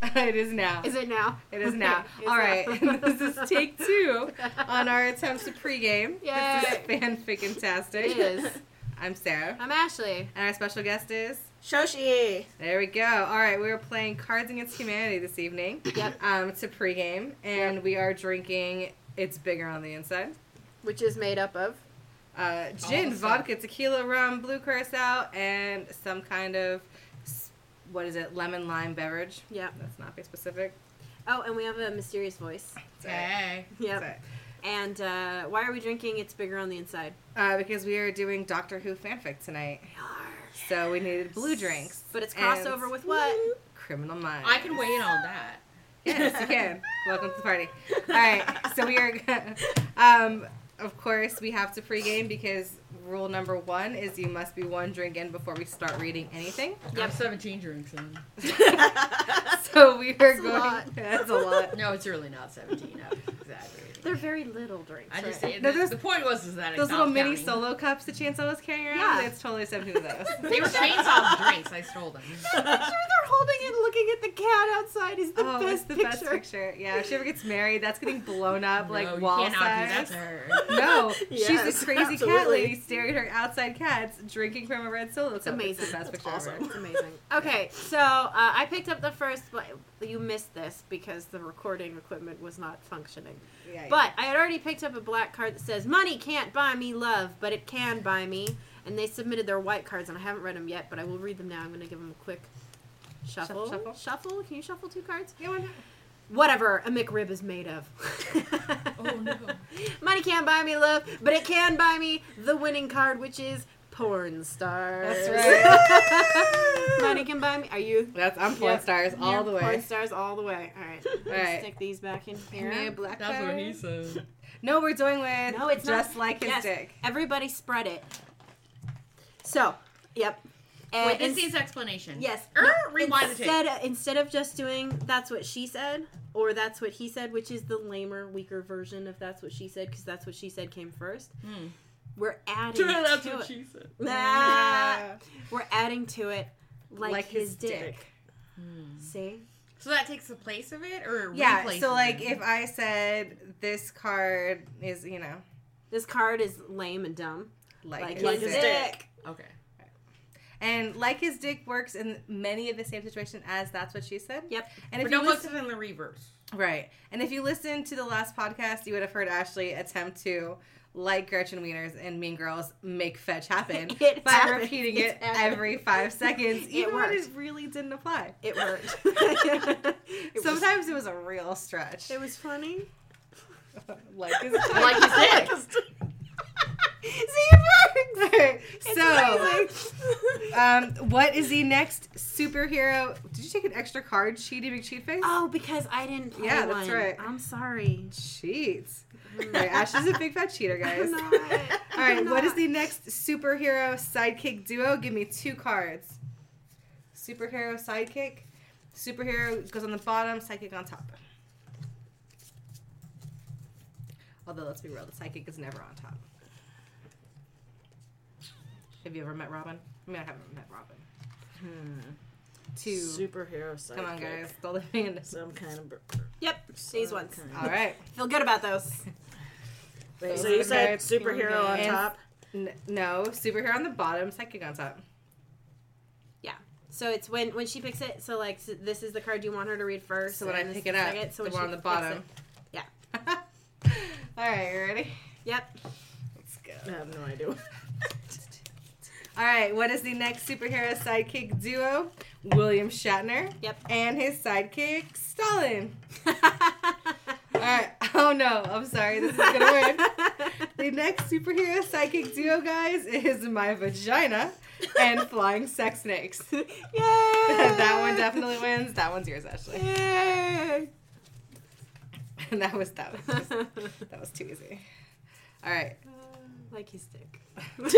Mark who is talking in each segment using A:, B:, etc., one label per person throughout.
A: it is now.
B: Is it now?
A: It is now.
B: Okay, it's
A: All right,
B: now.
A: this is take two on our attempts to pregame.
B: Yay.
A: This is fanfic-intastic.
B: It is.
A: I'm Sarah,
B: I'm Ashley.
A: and our special guest is.
C: Shoshi.
A: There we go. All right, we are playing Cards Against Humanity this evening.
B: Yep.
A: Um, it's a pregame, and we are drinking. It's bigger on the inside.
B: Which is made up of.
A: Uh, gin,
C: Awesome.
A: vodka, tequila, rum, blue curacao, and some kind of s- what is it? Lemon lime beverage.
B: Yep.
A: That's not very specific.
B: Oh, and we have a mysterious voice.
A: Sorry.
B: Yep.
A: Sorry.
B: And uh, why are we drinking? It's bigger on the inside.
A: Uh, because we are doing Doctor Who fanfic tonight, so we needed blue drinks.
B: But it's
A: And
B: crossover with what?
A: Criminal Minds.
C: I can weigh in on that.
A: Yes, you can. Welcome to the party. All right, so we are. gonna- Um, of course, we have to pregame because rule number one is you must be one drink in before we start reading anything.
B: Yep.
D: I have 17 drinks in.
A: So we are
B: a
A: going.
B: lot.
A: That's a lot.
D: No, it's really not 17. I'm exaggerating.
B: They're very little drinks.
D: I just
B: right?
D: say
A: No,
D: the,
A: those-
D: the point was is that I
A: Those
D: stopped
A: little mini
D: counting.
A: solo cups that Chainsaw was carrying around.
B: Yeah.
A: It's totally seventeen of those.
D: They were chainsaw drinks. I stole them.
B: picture they're holding and looking at the cat outside is the
A: oh,
B: best
A: it's the
B: picture.
A: best picture. Yeah, if she ever gets married, that's getting blown up like
D: no,
A: wall
D: you cannot
A: size.
D: do that to her.
A: No, she's
B: Yes,
A: a crazy cat
B: absolutely.
A: lady staring at her outside cats drinking from a red solo. It's
B: amazing.
A: It's the best
C: That's
A: picture ever.
C: awesome.
B: It's amazing. Okay, so uh, I picked up the first. But you missed this because the recording equipment was not functioning.
A: Yeah, yeah.
B: But I had already picked up a black card that says "Money can't buy me love, but it can buy me." And they submitted their white cards, and I haven't read them yet, but I will read them now. I'm going to give them a quick shuffle.
A: shuffle.
B: Shuffle? Can you shuffle two cards?
A: Yeah, why not?
B: Whatever a McRib is made of.
D: Oh no.
B: Money can't buy me love, but it can buy me the winning card, which is porn stars.
A: That's right.
B: Money can buy me. Are you?
A: That's I'm porn
B: Yep.
A: stars all
B: You're
A: the
B: Porn
A: way.
B: stars all the way. All right. All
A: right.
B: Stick these back in
A: Give me a
B: here.
A: black
D: That's what
A: card.
D: he said.
A: No, we're doing with
B: No, it's
A: just
B: not.
A: like his
B: Yes.
A: dick.
B: Everybody spread it. So, yep.
A: Uh,
B: And
D: Wait, this
B: ins-
D: needs explanation.
B: yes.
D: Er,
B: No,
D: rewind the tape.
B: instead, uh, instead of just doing that's what she said or that's what he said, which is the lamer, weaker version of that's what she said because that's what she said came first.
D: Hmm.
B: We're adding
D: That's
B: to
D: what
B: it.
D: she said.
B: Ah, we're adding to it like, his, dick. See?
D: So that takes the place of it, or
A: Yeah,
D: replaces
A: so like
D: it?
A: if I said this card is, you know,
B: This card is lame and dumb.
A: like,
B: Like,
A: his, dick.
B: his,
C: dick.
D: okay.
A: And like his dick works in many of the same situation as that's what she said.
B: Yep.
A: And
D: But
A: if
D: no
A: you listen,
D: puts it in the reverse.
A: right. And if you listen to the last podcast, you would have heard Ashley attempt to like Gretchen Wieners and Mean Girls make fetch happen
B: It
A: by
B: happened.
A: repeating
B: It's
A: it
B: happened.
A: every five seconds,
B: It
A: even when it
B: worked.
A: really didn't apply.
B: It worked. it, was,
A: Sometimes it was a real stretch.
B: it was funny.
A: like his
D: Like his dick.
A: Alright, so, um, what is the next superhero? Did you take an extra card, Cheaty McCheatface?
B: oh, because I didn't play
A: Yeah,
B: one.
A: that's right.
B: I'm sorry.
A: Cheats. Alright, Ash is a big fat cheater, guys.
B: I'm not.
A: Alright,
B: I'm
A: what is
B: not.
A: the next superhero sidekick duo? Give me two cards. Superhero sidekick. Superhero goes on the bottom, sidekick on top. Although, let's be real, the sidekick is never on top. Have you ever met Robin? I mean, I haven't met Robin. Two.
C: Hmm. Superhero sidekick.
A: Come on, guys. Don't let me in.
C: Some kind of. bur-
B: Yep, these
C: some
B: ones.
C: kind of-
A: All right.
B: Feel good about those.
A: Wait,
C: So you said
A: okay.
C: superhero on
A: And-
C: top.
A: N- no, superhero on the bottom, sidekick on top.
B: So it's when when she picks it. So like so this is the card you want her to read first.
A: So when I
B: and this
A: pick
B: is
A: it up,
B: second.
A: the
B: when
A: one
B: she
A: on the
B: picks
A: bottom.
B: it- Yeah.
A: All right, you ready?
B: Yep.
A: Let's go.
C: I have no idea.
A: All right, what is the next superhero sidekick duo? William Shatner.
B: Yep.
A: And his sidekick Stalin. All right. Oh no, I'm sorry. This is gonna win. The next superhero sidekick duo, guys, is my vagina and flying sex snakes.
B: Yay!
A: that one definitely wins. That one's yours, Ashley.
B: Yay!
A: And that was that was that was too easy. All right.
B: like his dick.
A: All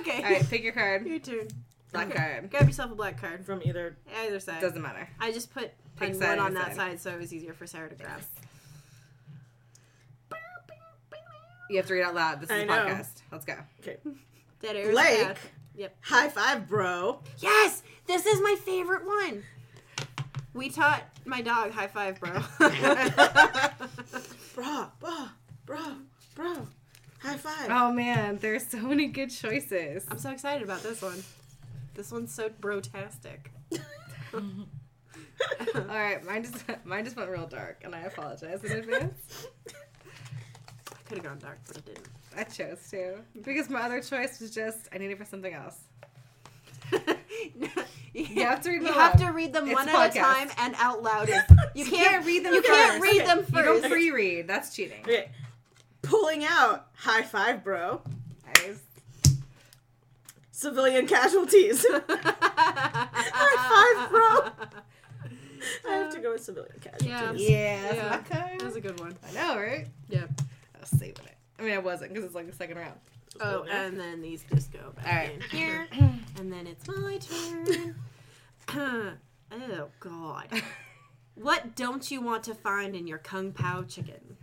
B: Okay.
A: right, pick your card.
B: Your turn.
A: Black card.
B: Grab yourself a black card.
C: From either.
B: Either side.
A: Doesn't matter.
B: I just put
A: Pick
B: and
A: side
B: one
A: or
B: on that
A: side.
B: side so it was easier for Sarah to grab.
A: You have to read out loud. This is
C: I
A: a
C: know.
A: podcast. Let's go.
B: Dead air. is
C: Blake.
B: bad. Yep.
C: High five, bro.
B: Yes! This is my favorite one. We taught my dog high five, bro.
C: Bro, bro, bro, bro. High five.
A: Oh man, there's so many good choices.
B: I'm so excited about this one. This one's so brotastic.
A: All right, mine just mine just went real dark, and I apologize in advance.
B: I could have gone dark, but it didn't.
A: I chose to because my other choice was just I need it for something else.
B: you
A: have to read
B: You
A: them
B: have
A: out.
B: to read them
A: It's
B: one
A: podcast.
B: at a time and out loud. You
A: You
B: can't,
A: can't read them
B: You can't
A: first.
B: read them
A: You don't
B: first.
A: pre-read. That's cheating.
C: Okay. Pulling out. High five, bro.
A: I was-
C: Civilian casualties. High
B: five, bro.
C: I have to go with civilian
B: Yeah.
C: casualties.
A: yeah,
B: Yeah.
A: that's my
B: That was
A: card.
B: a good one.
A: I know, right?
B: Yeah.
A: I was saving it. I mean, I wasn't because it's like the second round.
B: Oh, and then these just go back
A: All right.
B: in here, and then it's my turn. oh God! What don't you want to find in your kung pao chicken?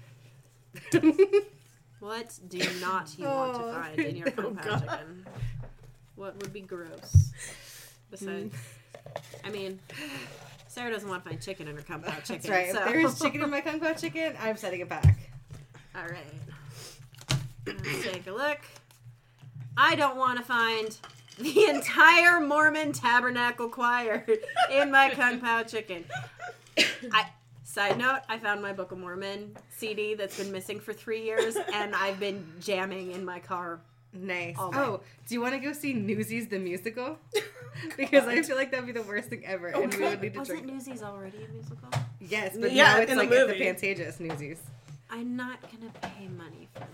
B: What do you not you want
A: Oh,
B: to find in your
A: oh,
B: kung pao
C: God.
B: chicken? What would be gross? Besides, I mean, Sarah doesn't want to find chicken in her kung pao
A: That's
B: chicken.
A: right.
B: So.
A: If there's chicken in my kung pao chicken, I'm setting it back.
B: All right. Let's take a look. I don't want to find the entire Mormon Tabernacle Choir in my Kung Pao chicken. I. Side note, I found my Book of Mormon CD that's been missing for three years, and I've been jamming in my car.
A: Nice.
B: All
A: oh, do you want to go see Newsies the musical? because I feel like that'd be the worst thing ever,
B: Oh,
A: and we would need to
B: Wasn't
A: drink.
B: Newsies already a musical?
A: Yes, but
C: Yeah,
A: now it's
C: in the
A: like it's the
C: movie.
A: Pantages Newsies.
B: I'm not gonna pay money for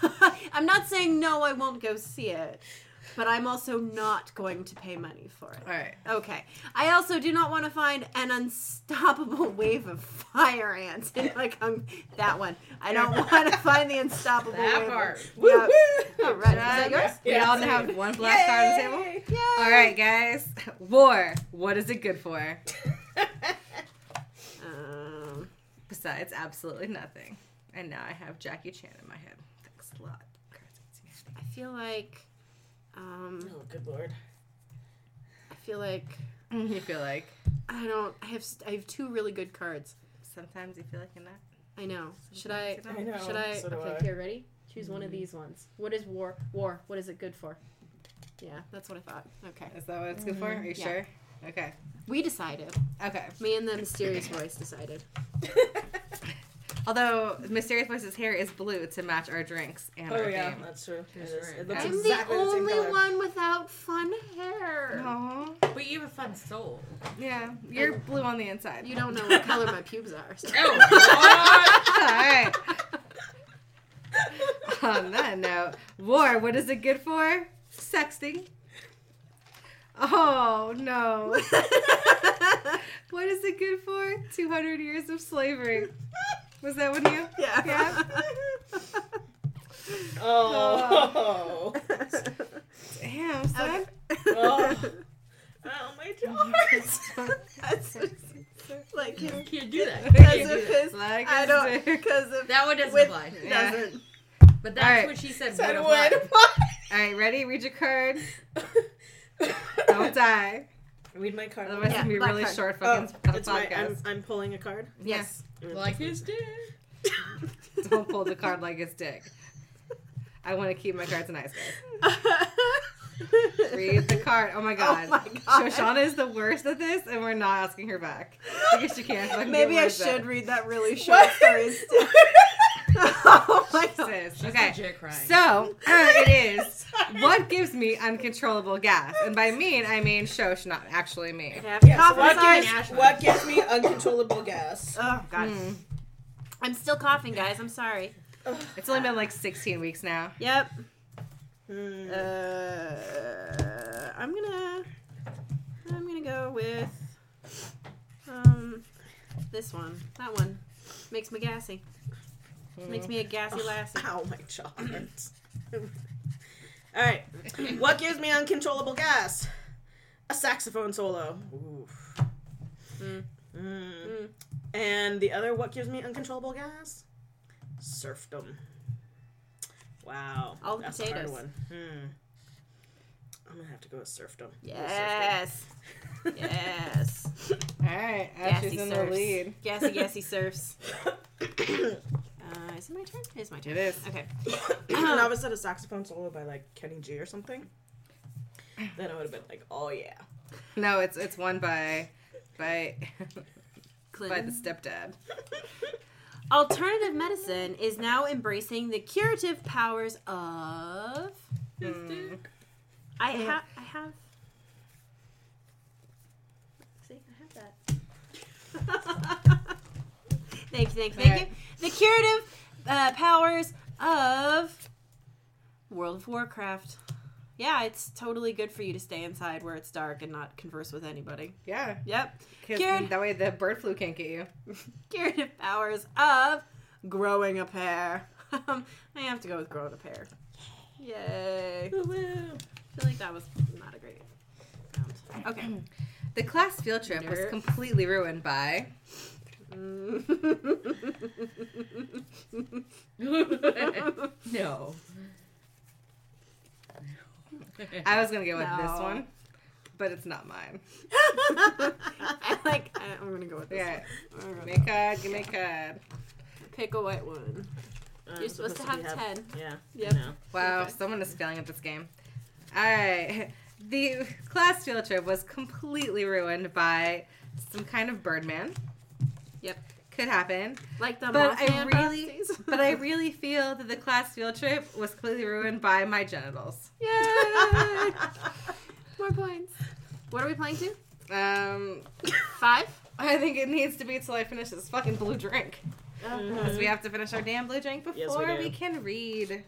B: that. I'm not saying no, I won't go see it, but I'm also not going to pay money for it.
A: All right.
B: Okay. I also do not want to find an unstoppable wave of fire ants in my kung. That one. I don't want to find the unstoppable
D: That
B: wave. of-
D: part.
B: Yeah.
C: Woo, woo.
B: All right. Is that yours?
A: We
C: Yeah,
A: all now
C: same.
A: have one black card on the table.
C: Yay.
B: Yay.
A: All right, guys. War. What is it good for?
B: Um,
A: Besides, absolutely nothing. And now I have Jackie Chan in my head. Thanks a lot. Cards Against Humanity.
B: I feel like. Um,
C: Oh, good lord.
B: I feel like Mm-hmm.
A: You feel like
B: I don't. I have. s- I have two really good cards.
A: sometimes you feel like you're not.
B: I know. Should I?
A: I
C: know,
B: Should I?
C: so do
B: okay.
C: I.
B: Here. Ready? Choose one of these ones. What is war? War. What is it good for? Yeah, that's what I thought. Okay.
A: Is that what it's good for? Are you
B: Mm-hmm. Yeah.
A: sure? Okay.
B: We decided.
A: Okay.
B: Me and the mysterious voice decided.
A: Although Mysterious Voice's hair is blue to match our drinks and
C: Oh
A: our
C: yeah,
A: game.
C: that's true. It,
D: That's
C: is.
D: right.
C: it looks
B: I'm
C: exactly
B: the
C: the,
B: only
C: same color.
B: one without fun hair.
A: Aw.
D: But you have a fun soul.
A: Yeah, you're blue on the inside.
B: You don't know what color my pubes are. so-
D: Oh, what?
A: All right. On that note, war. What is it good for? Sexting. Oh no. What is it good for? 200 years of slavery. Was that one you?
B: yeah.
C: Oh.
A: Damn, son.
C: oh. Oh, my jars.
B: That's like
D: You can't do that. You
B: because
D: can't do
B: of
D: that.
B: his.
A: Like
B: I
A: a
B: don't
A: dick.
B: because of
D: That one doesn't
B: With-
D: apply.
A: Yeah.
B: doesn't.
D: But
A: All
D: that's
A: right.
D: what she said.
C: Said
D: would
C: what?
D: apply.
A: All right, ready? Read your card. Don't die.
C: Read my card.
A: Otherwise,
B: Yeah,
A: it's gonna be
B: black
A: really
B: card.
A: short
C: oh,
A: fucking po-
C: it's my, I'm,
A: podcast.
C: I'm pulling a card.
B: Yes.
D: Like his dick.
A: Don't pull the card like it's dick. I want to keep my cards nice, guys. Read the card. Oh my god.
B: Oh my god.
A: So Shauna is the worst at this, and we're not asking her back. I guess she can't. fucking
B: Maybe
A: do
B: I
A: words
B: should
A: then.
B: read that really short story instead. oh my god.
A: Sis,
D: She's
A: Okay.
D: legit crying.
A: So uh, it is. What gives me uncontrollable gas? And by mean, I mean Shosh, not actually me.
C: Yes, what,
B: Prophesize-
C: gives, what gives me uncontrollable gas?
B: Oh god.
A: Mm.
B: I'm still coughing, guys. I'm sorry.
C: Uh,
A: It's only been like 16 weeks now.
B: Yep.
C: Hmm.
B: Uh, I'm gonna I'm gonna go with um this one. That one makes me gassy. Makes
A: Hmm.
B: me a gassy lassie.
C: Ow, my jars. All right. What gives me uncontrollable gas? A saxophone solo. Oof.
B: Mm.
C: Mm.
B: Mm.
C: And the other, what gives me uncontrollable gas? Serfdom. Wow.
B: All the
C: That's a hard
B: potatoes.
C: one. Hmm. I'm gonna have to go with serfdom. Go with serfdom.
B: Yes. Yes.
A: All right. right,
B: Gassy
A: Ashley's in the
B: surfs.
A: lead.
B: Gassy, gassy surfs. Uh, is it my turn? It is my turn.
A: It is.
B: Okay.
C: and I was at a saxophone solo by like Kenny G or something. Then I would have been like, oh yeah.
A: No, it's it's won by by by the
B: Clinton.
A: stepdad.
B: Alternative medicine is now embracing the curative powers of.
D: His dick.
B: I have. I have. See, I have that. thank you, thank you, thank
A: Alright.
B: you. The curative uh, powers of World of Warcraft. Yeah, it's totally good for you to stay inside where it's dark and not converse with anybody.
A: Yeah,
B: Yep.
A: 'cause
B: Karen-
A: that way the bird flu can't get you.
B: Curative powers of growing a pair. Um, I have to go with growing a pair. Yay. I feel like that was not a great round. Okay.
A: The class field trip was
B: Nerd.
A: completely ruined by
D: No.
A: I was gonna go with this
B: No.
A: one, but it's not mine.
B: I like. I, I'm gonna go with this
A: Yeah,
B: one. I'm gonna
A: make a give me a card.
B: Pick a white one.
C: Um,
B: You're supposed to have ten.
C: Yeah.
B: Yep.
C: No.
A: Wow,
B: Okay.
A: someone is failing at this game. All right. The class field trip was completely ruined by some kind of Birdman.
B: Yep.
A: Could happen.
B: Like the.
A: But I
B: Mothman
A: really-
B: prophecies.
A: But I really feel that the class field trip was completely ruined by my genitals.
B: Yay! More points. What are we playing to?
A: Um,
B: Five.
A: I think it needs to be till I finish this fucking blue drink. Because we have to finish our damn blue drink
C: we
A: before we,
C: do.
A: can read.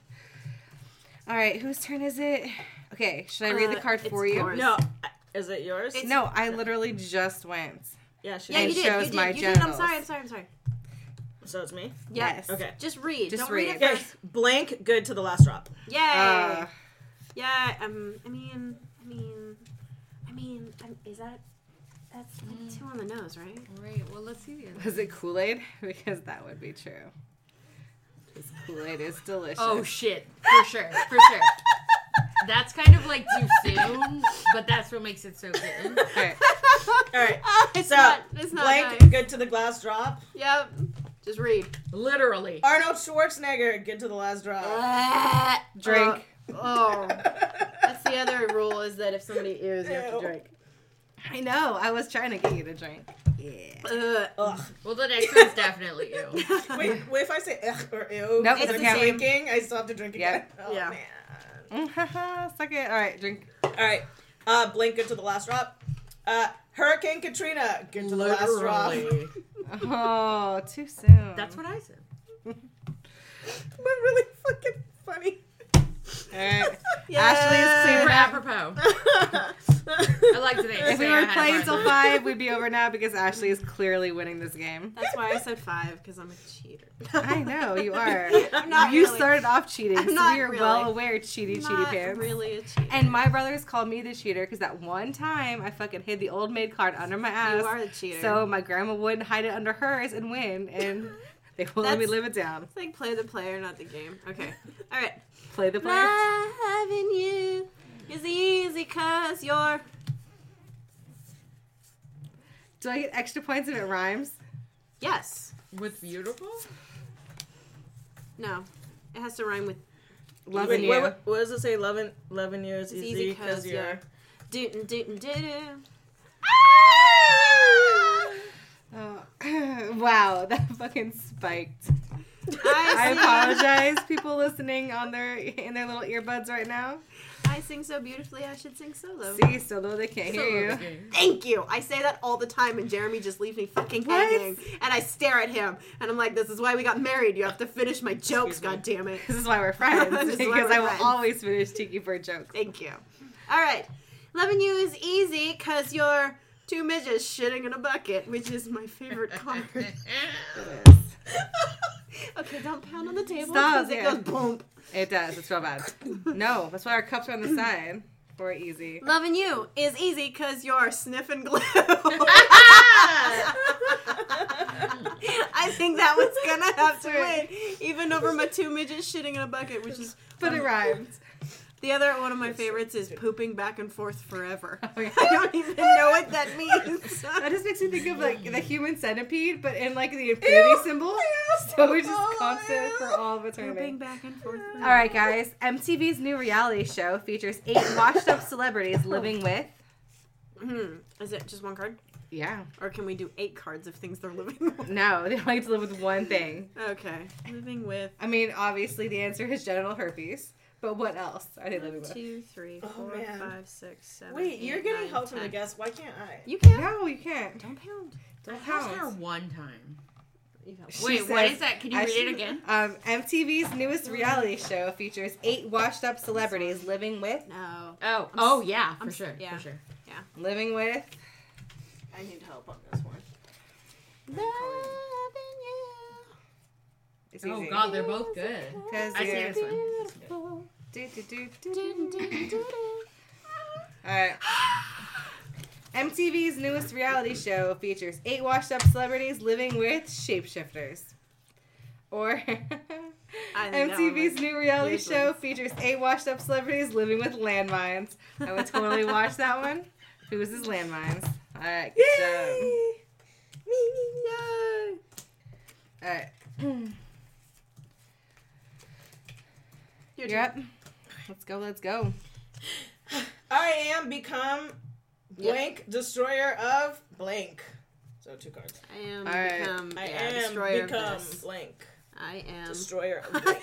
A: All right, whose turn is it? Okay, should I read the
B: Uh,
A: card
B: it's
A: for you?
B: yours.
C: No. Is it yours?
B: It's-
A: No, I literally just went.
C: Yeah, she
B: Yeah,
A: It
B: you did.
A: shows
B: you did.
A: my
B: you did. I'm
A: genitals.
B: sorry. I'm sorry. I'm sorry.
C: So it's me.
B: Yeah.
A: Yes.
C: Okay.
B: Just read.
A: Just
B: Don't read,
A: read.
B: it
C: Okay.
B: first.
C: Blank. Good to the last drop.
B: Yay.
A: Uh,
B: Yeah, um, I mean, I mean, I mean, um, is that that's like two on the nose, right?
D: Alright, well, let's see the other.
A: was it Kool Aid? Because that would be true. Because Kool Aid is delicious.
D: Oh, shit. For sure. For sure. That's kind of like too soon, but that's what makes it so good.
A: All right.
C: All right.
B: Oh, It's
C: So,
B: not. It's not.
C: Blank.
B: nice.
C: Good to the last drop.
B: Yep. Just read.
D: Literally.
C: Arnold Schwarzenegger. Good to the last drop.
A: Drink.
B: Uh, oh, that's the other rule is that if somebody is, you have to
C: Ew.
B: drink.
A: I know. I was trying to get you to drink. Yeah.
B: Ugh.
C: Ugh.
D: Well, the next one's definitely you.
C: Wait, wait if I say ugh or ew
A: Nope,
C: because
A: it's
C: I'm
A: the same.
C: drinking, I still have to drink
A: Yep.
C: again. Oh,
B: Yeah.
C: man.
A: Suck it. All right, drink.
C: All right. Uh, Blink, good to the last drop. Uh, Hurricane Katrina, good to the last drop.
D: Literally.
A: Oh, too soon.
D: That's what I said.
C: But really fucking funny.
A: All right.
B: Yeah.
A: Ashley is
D: Super
A: cleared up.
D: apropos.
C: I
D: I like today.
A: If we
D: Say I
A: were
D: had a
A: playing
D: hard
A: till
D: time.
A: five, we'd be over now because Ashley is clearly winning this game.
B: That's why I said five because I'm a cheater.
A: I know you are.
B: I'm not
A: you
B: really-
A: started off cheating,
B: I'm
A: so
B: not
A: you're
B: really.
A: well aware, cheaty cheaty
B: not
A: pants.
B: really a cheater.
A: And my brothers called me the cheater because that one time I fucking hid the old maid card under my ass.
B: you are a cheater.
A: So my grandma wouldn't hide it under hers and win, and they won't let me
B: That's-
A: live it down.
B: it's like play the player, not the game. Okay. All right.
A: Play the player.
B: Loving you is easy cause you're.
A: Do I get extra points if it rhymes?
B: Yes.
D: With beautiful?
B: No. It has to rhyme with
A: Loving
C: Wait,
A: you.
C: What, what, what does it say? Loving, loving you is
B: It's
C: easy
B: easy
C: because
B: 'cause
C: you're.
B: dootin' dootin' doo.
A: Oh. wow, that fucking spiked. I
B: I sing,
A: apologize, people listening on their in their little earbuds right now.
B: I sing so beautifully, I should sing solo.
A: See, still though they can't hear you.
B: Thank you. I say that all the time, and Jeremy just leaves me fucking
A: What?
B: hanging. And I stare at him, and I'm like, "This is why we got married. You have to finish my jokes,
C: Excuse me.
B: God damn it."
A: This is why we're friends
B: This
A: because
B: is why we're
A: I will
B: friends.
A: always finish Tiki Bird jokes.
B: Thank you. All right, loving you is easy cause you're two midgets shitting in a bucket, which is my favorite comedy. okay, don't pound on the table
A: Stop,
B: because
A: yeah.
B: it goes boom.
A: It does. It's real bad. No, that's why our cups are on the side for easy.
B: Loving you is easy because you're sniffing glue. I think that was gonna have to win, even over my two midgets shitting in a bucket, which is
A: But it rhymes.
B: The other one of my favorites is pooping back and forth forever. I don't even know what that means.
A: Oh, That just makes me think of like the human centipede, but in like the infinity symbol. So we're
C: Oh,
A: just constant for all of
B: pooping
A: eternity.
B: back and forth.
A: All right, guys. MTV's new reality show features eight washed-up celebrities living with.
B: Hmm. Is it just one card?
A: Yeah.
B: Or can we do eight cards of things they're living with?
A: No, they only have to live with one thing.
B: Okay. Living with
A: I mean, obviously the answer is genital herpes, but what else are they living
B: one,
A: with?
B: two, three,
C: Oh,
B: four,
C: man.
B: five, six, seven.
C: Wait,
B: eight,
C: you're getting
B: nine,
C: help from the
B: 10.
C: guest. Why can't I?
B: You can't.
A: No, you can't.
B: Don't pound.
A: Don't
D: I helped
A: pounce.
D: her one time.
B: You help.
A: She
D: Wait, what
A: says-
D: is that? Can you
A: I
D: read
A: should-
D: it again?
A: Um, MTV's newest reality show features eight washed-up celebrities living with,
B: No.
D: Oh, oh yeah, for
B: I'm s-
D: sure,
B: yeah.
D: for sure.
A: living with.
C: I need help on this one.
A: It's
D: Oh
A: easy.
D: god, they're both good.
A: Cause
D: I see
A: you're-
D: this one.
A: Do, do, do, do, do, do, do. All right. MTV's newest reality show features eight washed up celebrities living with shapeshifters. Or
B: I think that one
A: MTV's
B: was
A: new reality
B: useless.
A: show features eight washed up celebrities living with landmines. I would totally watch that one. Who's his landmines? All right, good job. All right,
B: Your
A: you're up. Let's go, let's go.
C: I am become
B: Yeah.
C: blank destroyer of blank. So two cards.
B: I am
A: All right.
B: become
C: I
B: yeah, destroyer
C: am
B: of
C: become
B: this. Um.
C: blank
B: I am.
C: destroyer of blank.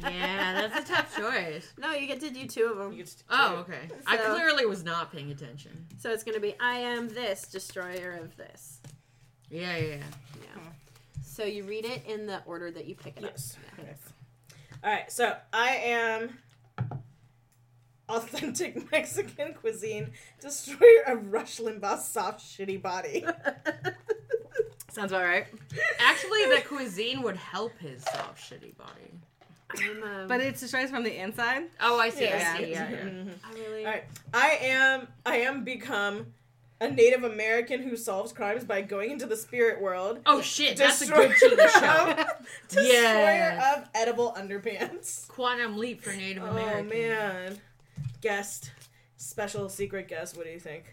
D: Yeah, that's a tough choice.
B: no, you get to do two of
C: You
B: them.
C: get to-
D: Oh, okay. I
B: So-
D: clearly was not paying attention.
B: So it's gonna be I am this destroyer of this.
D: Yeah, yeah, yeah.
B: So you read it in the order that you pick it
C: Yes.
B: up.
A: Yes.
C: All right. So I am authentic Mexican cuisine destroyer of Rush Limbaugh's soft shitty body.
A: Sounds about right.
D: Actually, the cuisine would help his soft, shitty body.
B: Yeah. I'm, um,
A: But it's destroyed from the inside.
D: Oh, I see,
A: Yeah.
D: I see. Yeah, yeah.
C: Mhm.
B: I really.
C: All right. I am I am become a Native American who solves crimes by going into the spirit world.
D: Oh shit, that's a
C: Destroyer
D: good TV show.
C: of- Destroyer
D: Yeah.
C: of edible underpants.
D: Quantum leap for Native
C: Oh
D: Americans.
C: man. Guest. Special secret guest, what do you think?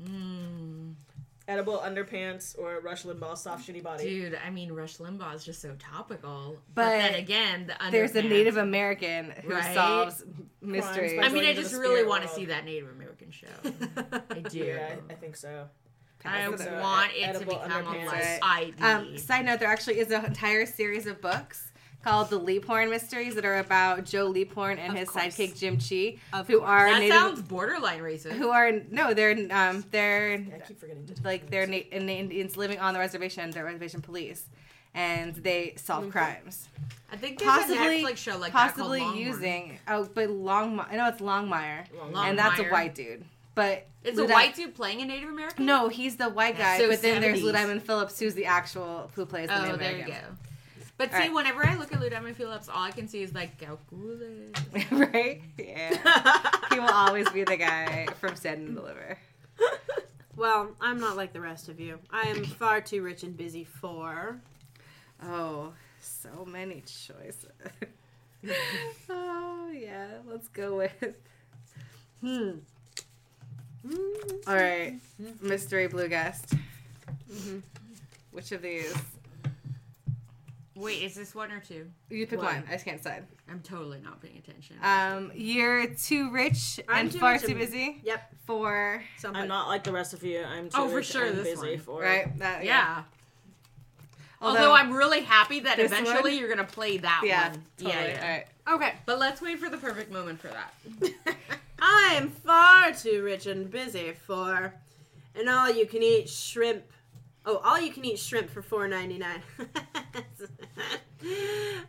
D: Mm,
C: Edible underpants or Rush Limbaugh soft shitty body?
D: dude, I mean, Rush Limbaugh is just so topical. But,
A: But
D: then again, the
A: There's a
D: underpants-
A: Native American who
D: Right?
A: solves mysteries.
C: by
D: I mean,
C: Going
D: I
C: to
D: just
C: the
D: really
C: spirit
D: want to
C: world.
D: see that Native American show. I do.
C: Yeah, I, I think so.
D: I,
A: Pass it
D: want
C: out.
D: it to
C: Edible
D: become a
C: underpants.
D: like
A: Right.
D: ID.
A: Um, side note: There actually is an entire series of books called the Leaphorn Mysteries that are about Joe Leaphorn and
B: Of
A: his
B: course.
A: sidekick Jim Chi,
B: Of
A: who
B: course.
A: are
D: that
A: native,
D: sounds borderline racist.
A: who are no, they're um, they're
C: I keep forgetting to
A: like they're na- Indians living on the reservation. They're reservation police, and they solve
D: Mm-hmm.
A: crimes.
D: I think there's
A: Possibly,
D: a Netflix show like
A: possibly
D: that called Longhorn.
A: using oh, but Long. I know it's Longmire,
D: Longmire.
A: and that's a white dude. But
D: Is a
A: Luda-
D: white dude playing a Native American?
A: No, he's the white guy.
D: So
A: but then there's
D: 70s.
A: Ludiman Phillips, who's the actual who plays the
D: Oh,
A: Native
D: there you
A: American.
D: go. But see,
A: Alright.
D: whenever I look at Lou Diamond Phillips, all I can see is like calculus.
A: right? Yeah. he will always be the guy from Stand and Deliver.
B: Well, I'm not like the rest of you. I am far too rich and busy for.
A: Oh, so many choices. oh yeah, let's go with. Hmm.
B: Mm,
A: All right, mystery blue guest. Which of these?
D: Wait, is this one or two?
A: You pick
B: One.
A: one. I just can't decide.
D: I'm totally not paying attention.
A: Um, you're too rich
B: I'm
A: and
B: too
A: far
B: rich
A: too
B: and-
A: busy
B: Yep.
A: for
B: Something.
C: I'm not like the rest of you. I'm too
D: Oh, for
C: rich
D: sure,
C: and
D: this
C: busy
D: one.
C: for
A: right. That,
D: yeah. Although,
A: Although-
D: I'm really happy that
A: This
D: eventually
A: one?
D: you're gonna play that
A: Yeah.
D: one.
A: Totally.
D: Yeah, yeah.
A: All right.
B: Okay.
D: But let's wait for the perfect moment for that.
B: I'm far too rich and busy for an all you can eat shrimp. Oh, all you can eat shrimp for four ninety nine.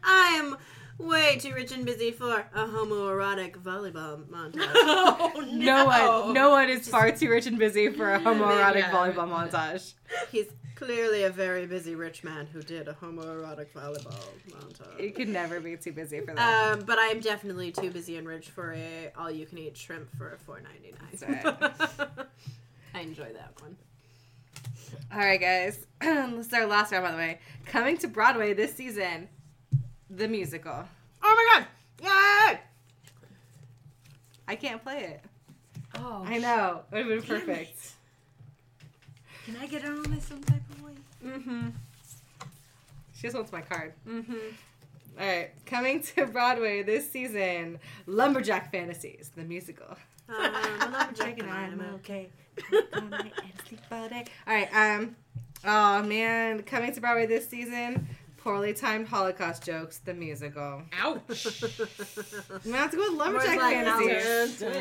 B: I'm way too rich and busy for a homoerotic volleyball montage.
D: oh
A: No one, no one is far too rich and busy for a homoerotic
D: Yeah.
A: volleyball montage.
B: He's clearly a very busy rich man who did a homoerotic volleyball
A: You
B: montage.
A: can never be too busy for that.
B: Um, but I am definitely too busy and rich for a all you can eat shrimp for a four ninety nine. I enjoy that one.
A: All right, guys. this is our last round, by the way. Coming to Broadway this season, the musical.
B: Oh my god! Yay!
A: I can't play it.
D: Oh,
A: I know. It would have been
D: Damn
A: perfect.
D: Can I get on this some type of way?
A: Mm-hmm. She just wants my card.
B: Mm-hmm.
A: All right, coming to Broadway this season, Lumberjack Fantasies, the musical.
B: Um, I'm
A: Chicken,
B: checking I'm
A: I'm
B: out.
A: okay. I'm gonna sleep all day. All right, um, oh man, coming to Broadway this season, poorly timed Holocaust jokes, the musical.
D: Ouch.
A: We have to go with Lumberjack
B: More like
A: Fantasies.
C: Dun,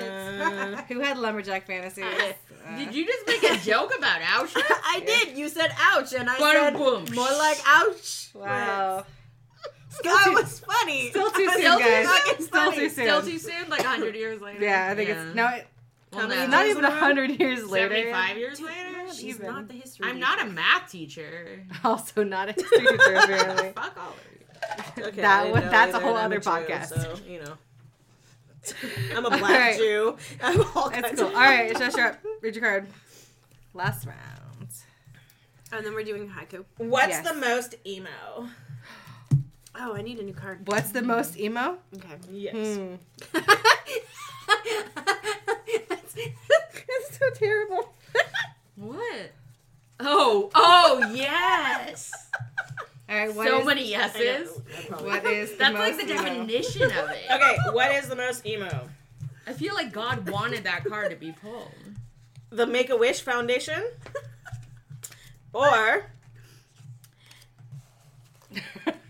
C: dun.
A: Who had Lumberjack Fantasies?
B: I-
A: Uh,
D: Did you just make a joke about Auschwitz?
B: I did. You said ouch, and I said
D: Ba-dum-boom.
B: more like ouch.
A: wow.
B: Still that was funny.
A: Still too soon,
B: Still
A: guys.
B: fucking
A: Still
B: funny.
A: too soon.
D: Still too soon, like 100 years later.
A: Yeah, I think it's no, it-
D: Well,
C: How
D: no.
C: many
A: not
C: years
A: even a
C: later?
A: hundred years later.
D: 75 years later?
A: She's
B: She's
A: even.
B: not the history.
D: I'm not a
B: teacher.
D: math teacher.
A: Also, not a history teacher apparently.
D: Fuck all of you.
C: Okay,
A: That
C: I didn't
A: one-
C: know
A: that's a
C: either,
A: whole
C: and I'm
A: other
C: Jew,
A: podcast.
C: so, you know, I'm a
A: All
C: black
A: right.
C: Jew. I'm all
A: That's
C: kinds
A: cool.
C: of-
A: All right, Josh, you're up. Read your card. Last round.
B: And Oh, then we're doing haiku.
C: What's
A: Yes.
C: the most emo?
B: Oh, I need a new card.
A: What's the most emo?
B: Okay.
C: Yes.
A: Hmm.
C: It's so terrible.
D: What? Oh, oh, yes.
A: All right, what
D: so
A: is-
D: many
C: I know,
D: yeses.
C: I probably-
A: What is the
D: That's like
A: most
D: the
A: emo?
D: definition of it.
C: Okay, what is the most emo?
D: I feel like God wanted that card to be pulled.
C: The Make a Wish Foundation, or
B: Uh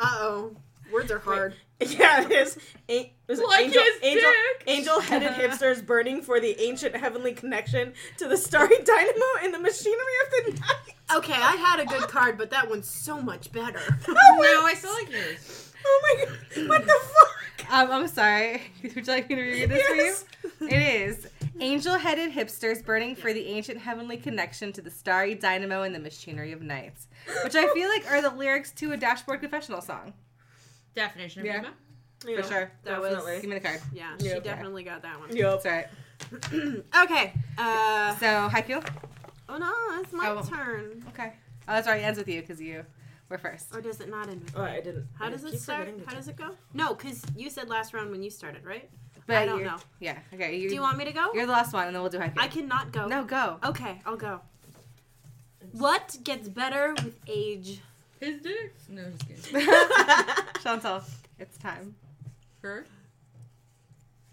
B: oh. Words are hard.
C: yeah, it is. An- was it
D: Like
C: angel,
D: his
C: angel,
D: dick.
C: angel-headed hipsters burning for the ancient heavenly connection to the starry dynamo and the machinery of the night.
B: Okay, I had a good card, but that one's so much better.
D: no, I still like yours.
C: Oh my god! What the fuck?
A: Um, I'm sorry. Would you like me to read this
C: Yes.
A: for you? It is. Angel headed hipsters burning for the ancient heavenly connection to the starry dynamo and the machinery of nights, which I feel like are the lyrics to a Dashboard Confessional song.
D: Definition of
A: Yeah.
D: emo?
C: You
A: For
C: know,
A: sure.
B: That was-
A: Give
C: definitely.
A: me the card.
B: Yeah,
C: Yeah.
B: she definitely got that one.
C: Yup.
A: That's all right.
B: okay. Uh,
A: So, Haikyuu?
B: oh no, it's my
A: Oh.
B: turn.
A: Okay. Oh, that's right. It ends with you because you were first.
B: Or does it not end with?
C: Oh, I didn't.
B: How
C: I
B: does it
C: keep
B: start?
C: forgetting to
B: How
C: check.
B: does it go? No, because you said last round when you started, right?
A: But
B: don't
A: you're-
B: know.
A: Yeah. Okay. You,
B: Do you want me to go?
A: You're the last one, and then we'll do Haikyuu.
B: I cannot go.
A: No, go.
B: Okay, I'll go. What gets better with age?
D: His dick? No, just kidding.
A: Chantal, it's time.
D: Her?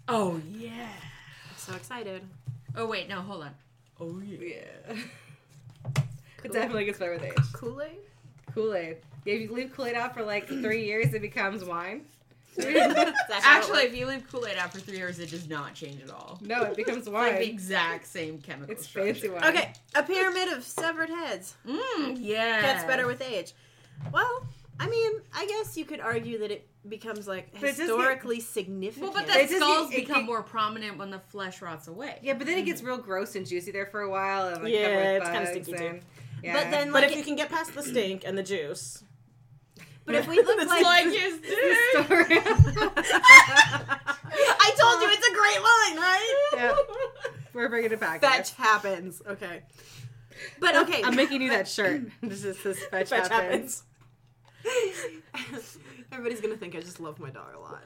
D: Oh, yeah.
B: I'm so excited.
D: Oh, wait, no, hold on. Oh, yeah.
A: Yeah. It definitely gets better with age.
B: Kool Aid?
A: Kool Aid. If you leave Kool Aid out for like three years, it becomes wine.
D: Actually, if you leave Kool Aid out for three years, it does not change at all.
A: No, it becomes
D: It's like the
A: wine.
D: exact same chemical.
A: It's fancy
D: structure.
A: wine.
B: Okay, a pyramid of severed heads
D: Mm, yeah.
B: gets better with age. Well, I mean, I guess you could argue that it becomes like
A: But it does get-
B: historically significant.
D: Well, but
A: It
D: the
A: doesn't-
D: skulls
A: it-
D: become
A: it-
D: more prominent when the flesh rots away.
A: Yeah, but then it gets real gross and juicy there for a while, and like
C: Yeah,
A: covered with
C: it's kinda
A: bugs
C: stinky too.
A: and, yeah.
B: But then,
C: But
B: like,
C: if you can get past the stink and the juice,
B: but if we look
C: It's
B: like,
D: Like his dick.
B: I told you, it's a great line, right?
A: yeah, we're bringing it back.
B: Fetch happens. Okay, but okay,
A: I'm making you that shirt. This is this fetch,
C: fetch
A: happens.
C: happens.
B: Everybody's gonna think I just love my dog a lot.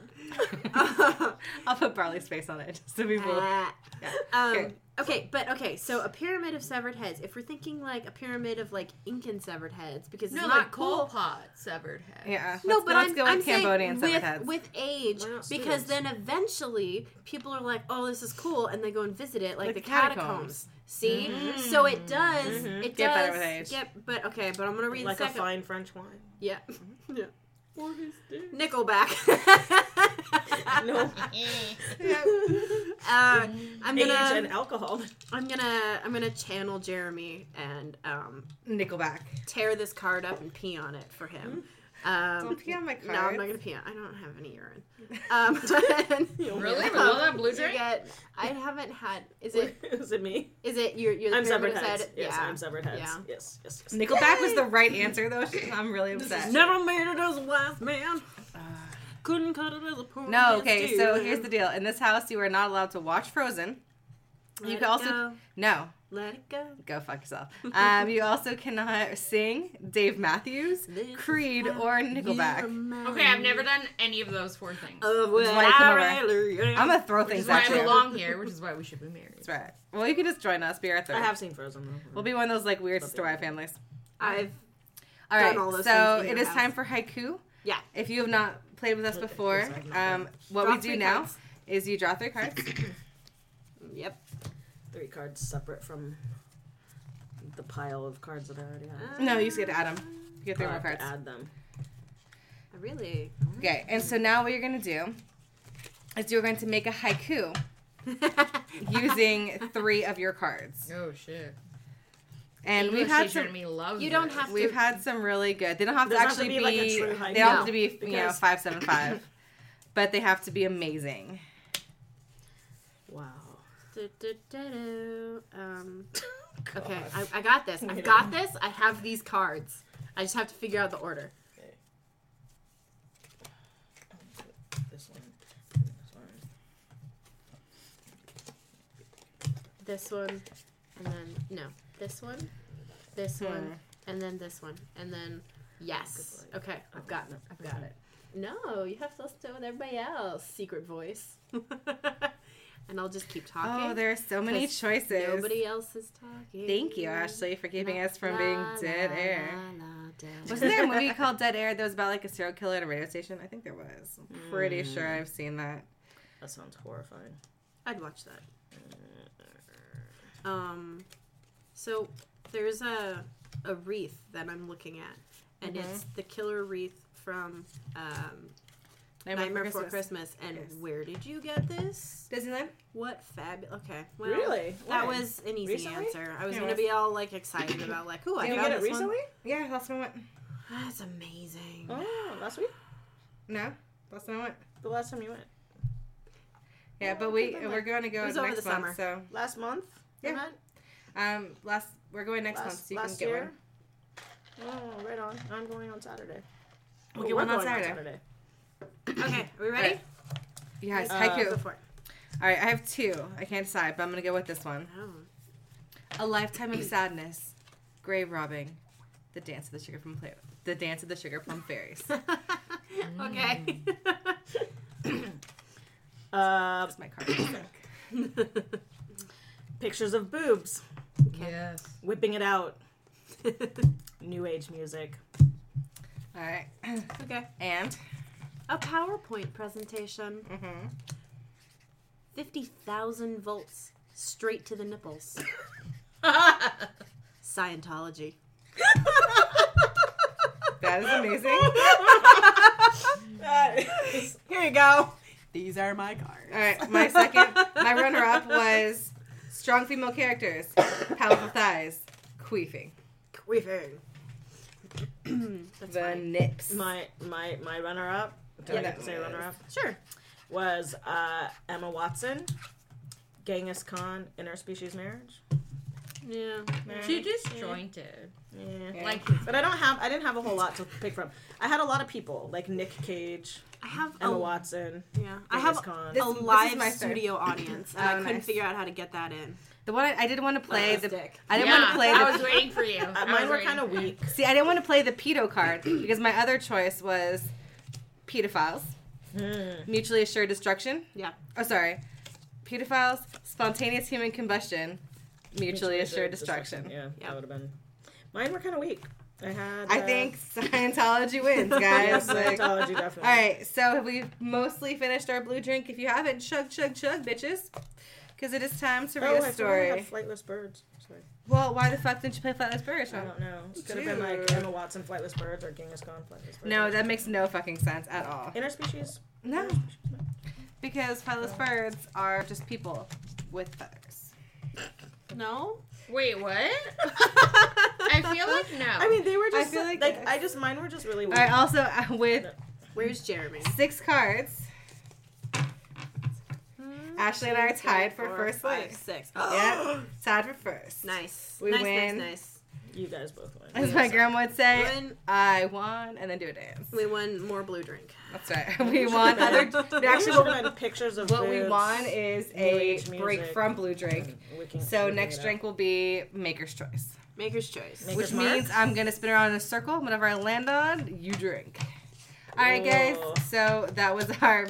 A: I'll put Barley's face on it just so people.
B: Ah.
A: Yeah.
B: Um,
A: Okay.
B: okay, but okay, so a pyramid of severed heads. If we're thinking like a pyramid of like Incan severed heads, because it's
D: No,
B: not
D: like
B: cool.
D: Pol Pot severed head.
A: yeah.
B: No,
A: let's-
B: but
A: let's
B: I'm,
A: go with
B: I'm saying
A: Cambodian severed
B: with,
A: heads.
B: with age,
C: We're not
B: because
C: students.
B: then eventually people are like, "Oh, this is cool," and they go and visit it, like,
A: Like
B: the
A: the
B: catacombs.
A: catacombs. Mm-hmm.
B: See, so it does.
C: Mhm.
B: It
A: Get
B: does.
A: better with age.
B: Get, but okay, but I'm gonna read
C: Like
B: the
C: a
B: second.
C: fine French wine.
B: yeah, yeah.
D: Or his dick.
B: Nickelback.
C: No.
A: Yeah.
B: Uh, I'm
C: Age
B: gonna.
C: and alcohol.
B: I'm gonna I'm gonna channel Jeremy and um,
A: Nickelback.
B: tear this card up and pee on it for him. Um,
A: Hmm. Don't pee on my
B: No, I'm
A: cards.
B: not gonna pee on. I don't have any urine. Um,
D: Really? With all that blue
B: you
D: drink?
B: get, I haven't had. Is it?
C: Is it me?
B: Is it? You're. you're the
C: I'm severed
B: pyramid
C: heads.
B: head?
C: Yes,
B: yeah.
C: I'm severed heads.
B: Yeah.
C: Yes, yes, yes.
A: Nickelback was the right answer though. I'm really upset.
B: Never made it as a wise man. Couldn't cut it as a poor
A: Uh, No,
B: man's
A: okay,
B: dude.
A: so here's the deal. In this house, you are not allowed to watch Frozen. You
B: Let
A: can
B: it
A: also
B: go.
A: no.
B: Let it go.
A: Go fuck yourself. Um, you also cannot sing Dave Matthews,
B: This is
A: Creed, or Nickelback.
D: Okay, I've never done any of those four things.
C: Oh,
B: Of
A: Which is
B: what
A: why I come over.
B: I really am.
A: I'm gonna throw
D: which is
A: things
D: why
A: at
D: I
A: you.
D: belong here, which is why we should be married.
A: That's right. Well, you can just join us. Be our third.
C: I have seen Frozen though.
A: We'll be one of those like weird
C: Love it.
A: story families.
B: I've
A: All
B: Done
A: right.
B: all those
A: so
B: things in
A: it
B: your
A: is
B: house.
A: time for haiku.
B: Yeah.
A: If you have not played with us
C: Okay,
A: before,
C: so I've not
A: um, what
B: Draw
A: we do
B: three
A: now
B: cards.
A: is you draw three cards.
B: Yep.
C: Three cards separate from the pile of cards that I already have.
A: no, you just get to add them. You get three
C: I'll
A: more
C: have to
A: cards.
C: Add them.
B: I really.
A: Okay. And so now what you're gonna do is you're going to make a haiku using three of your cards.
D: Oh shit.
A: And
D: English
A: we've had
D: teacher
A: some
D: in me loves
B: You don't
D: this.
B: have to-
A: We've had some really good. They don't have to
C: Doesn't have to
A: actually
C: be, like, a
A: be.
C: true
A: they
C: haiku.
A: don't have
B: No,
A: to be you know
C: because-
A: five seven five, but they have to be amazing.
C: Wow.
B: Du-du-du-du. Um,
C: God.
B: okay, I, I got this. I
C: Wait
B: got this. I have these cards. I just have to figure out the order.
C: This one. and This one.
B: This one, and then no, this one, this
A: Hmm.
B: one, and then this one, and then yes. Okay, I've gotten it. I've got it. No, you have to listen to it with everybody else. Secret voice. and I'll just keep talking.
A: Oh, there are so many
B: 'Cause
A: choices.
B: Nobody else is talking.
A: Thank you, Ashley, for keeping
B: La,
A: us from
B: la,
A: being
B: la,
A: dead
B: la,
A: air.
B: la, dead
A: Wasn't there a movie called Dead Air that was about like a serial killer at a radio station? I think there was. I'm pretty
C: Mm.
A: sure I've seen that.
C: That sounds horrifying.
B: I'd watch that. Um, so there's a a wreath that I'm looking at, and it's the killer wreath from um, Nightmare, Before Christmas. And
A: Yes.
B: where did you get this?
A: Disneyland?
B: What fab? Okay, well,
C: really?
B: that
C: Why?
B: was an easy
C: Recently?
B: answer. I was
A: It
B: gonna
A: was.
B: be all like excited about like, oh, I
A: Did
C: You
A: you
B: got
A: got
C: get it
B: this one.
C: recently?
A: Yeah, last time I went.
B: That's amazing.
C: Oh, last week.
A: No, last time I went.
C: The last time you went.
A: Yeah,
C: Yeah,
A: but
C: I
A: we
C: think I went.
A: we're going to go
B: It was
A: next
B: over the
A: month.
B: summer.
A: So
C: Last month. you
A: Yeah.
C: went?
A: um, last we're going next
C: last,
A: month, so you can
C: last
A: get
C: year. Oh, right on. I'm going on Saturday.
A: We'll
C: Oh,
A: get
C: we're
A: one on
C: going
A: Saturday.
B: Okay, are we ready?
A: one. Yes,
C: Uh,
A: haiku.
B: Go for it.
A: All right, I have two. I can't decide, but I'm gonna go with this one.
B: Oh.
A: A lifetime of sadness, grave robbing, the dance of the sugar plum pla- the dance of the sugar plum fairies.
B: okay.
C: Uh,
A: That's my card.
C: pictures of boobs,
D: Yes.
C: whipping it out, new age music.
A: All right,
B: okay.
A: and
B: A PowerPoint presentation.
A: mhm.
B: 50,000 volts straight to the nipples. Scientology.
A: that is amazing.
B: Here you go.
C: These are my cards.
A: All right, my second, my runner-up was strong female characters, powerful thighs, queefing,
B: Queefing. That's
A: the
B: fine.
A: nips.
C: My my my runner up. Do
A: Yeah,
C: I get
A: that
C: to say
A: was-
C: runner up?
B: Sure.
C: Was uh, Emma Watson, Genghis Khan, interspecies marriage.
B: Yeah.
D: She disjointed.
C: Yeah.
A: Yeah.
D: Like
C: But I don't have I didn't have a whole lot to pick from. I had a lot of people like Nick Cage,
B: I have
C: Emma
B: a,
C: Watson,
B: yeah. I
C: Genghis
B: have
C: Khan.
A: This-
B: a
A: is
B: live
A: my third.
B: studio audience, and
A: Oh,
B: I couldn't
A: nice.
B: figure out how to get that in.
A: The one I, I didn't want to play
B: Like
A: the.
B: a stick.
A: I didn't
D: yeah,
A: want to play
D: I
A: the
D: was waiting for you.
C: Uh, mine were kind of weak.
A: See, I didn't want to play the pedo card because my other choice was pedophiles,
C: Hmm.
A: mutually assured destruction.
B: Yeah.
A: Oh, sorry. Pedophiles, spontaneous human combustion, mutually, assured destruction.
C: Yeah,
B: Yeah.
C: that would have been. Mine were kind of weak. I had.
A: I
C: uh,
A: think Scientology wins,
C: yeah,
A: guys. Like- all
C: Scientology definitely.
A: right, so we've mostly finished our blue drink. If you haven't, chug, chug, chug, bitches. Because it is time to
C: Oh,
A: read
C: I
A: a
C: forgot I had
A: story.
C: flightless birds. Sorry.
A: Well, why the fuck didn't you play Flightless Birds?
C: I don't know. It could have been like
A: Oh. Dude.
C: Emma Watson, flightless birds, or Genghis Khan, flightless birds.
A: No, that makes no fucking sense at all.
C: interspecies.
A: No,
C: Interspecies, no.
A: because Flightless Birds are just people with feathers.
B: No?
D: Wait, what? I
B: I
D: feel like no.
C: I mean, they were just
A: Oh. feel like
C: like,
A: it's-
C: I just mine were just really
A: All
C: weak.
A: right, also uh, with
B: Where's Jeremy?
A: six cards, Ashley and I are tied for
B: Four,
A: first
B: five,
A: place.
B: six.
A: Yeah, tied for first.
B: Nice.
A: We
B: nice,
A: win.
B: nice, nice.
C: You guys both win.
A: As my grandma would say,
B: When-
A: I won, and then do a dance.
B: We won more blue drink.
A: That's right. We want other. the
C: We
A: actual-
C: should have done pictures of
A: what we
C: boobs,
A: want is
C: New
A: a
C: Age
A: break
C: music. Mm-hmm.
A: from Blue Drink.
C: we can-
A: So
C: we can
A: next
C: do
A: drink will be Maker's Choice,
B: Maker's choice.
C: Make-
A: which
C: Maker's Mark?
A: means I'm gonna spin around in a circle. Whenever I land on, you drink. All right, guys.
C: Ooh.
A: So that was our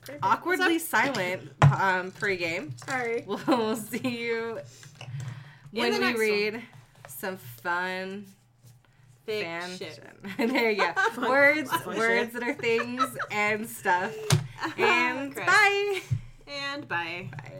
C: Creepy.
A: awkwardly silent um, pregame.
B: Sorry.
A: We'll see you
D: In
A: when
D: the
A: we
D: next one.
A: read some fun
B: Thick shit.
A: fiction. there you go. words,
C: fun
A: words
C: shit.
A: that are things and stuff. And
B: Correct.
A: bye.
B: And bye.
A: Bye.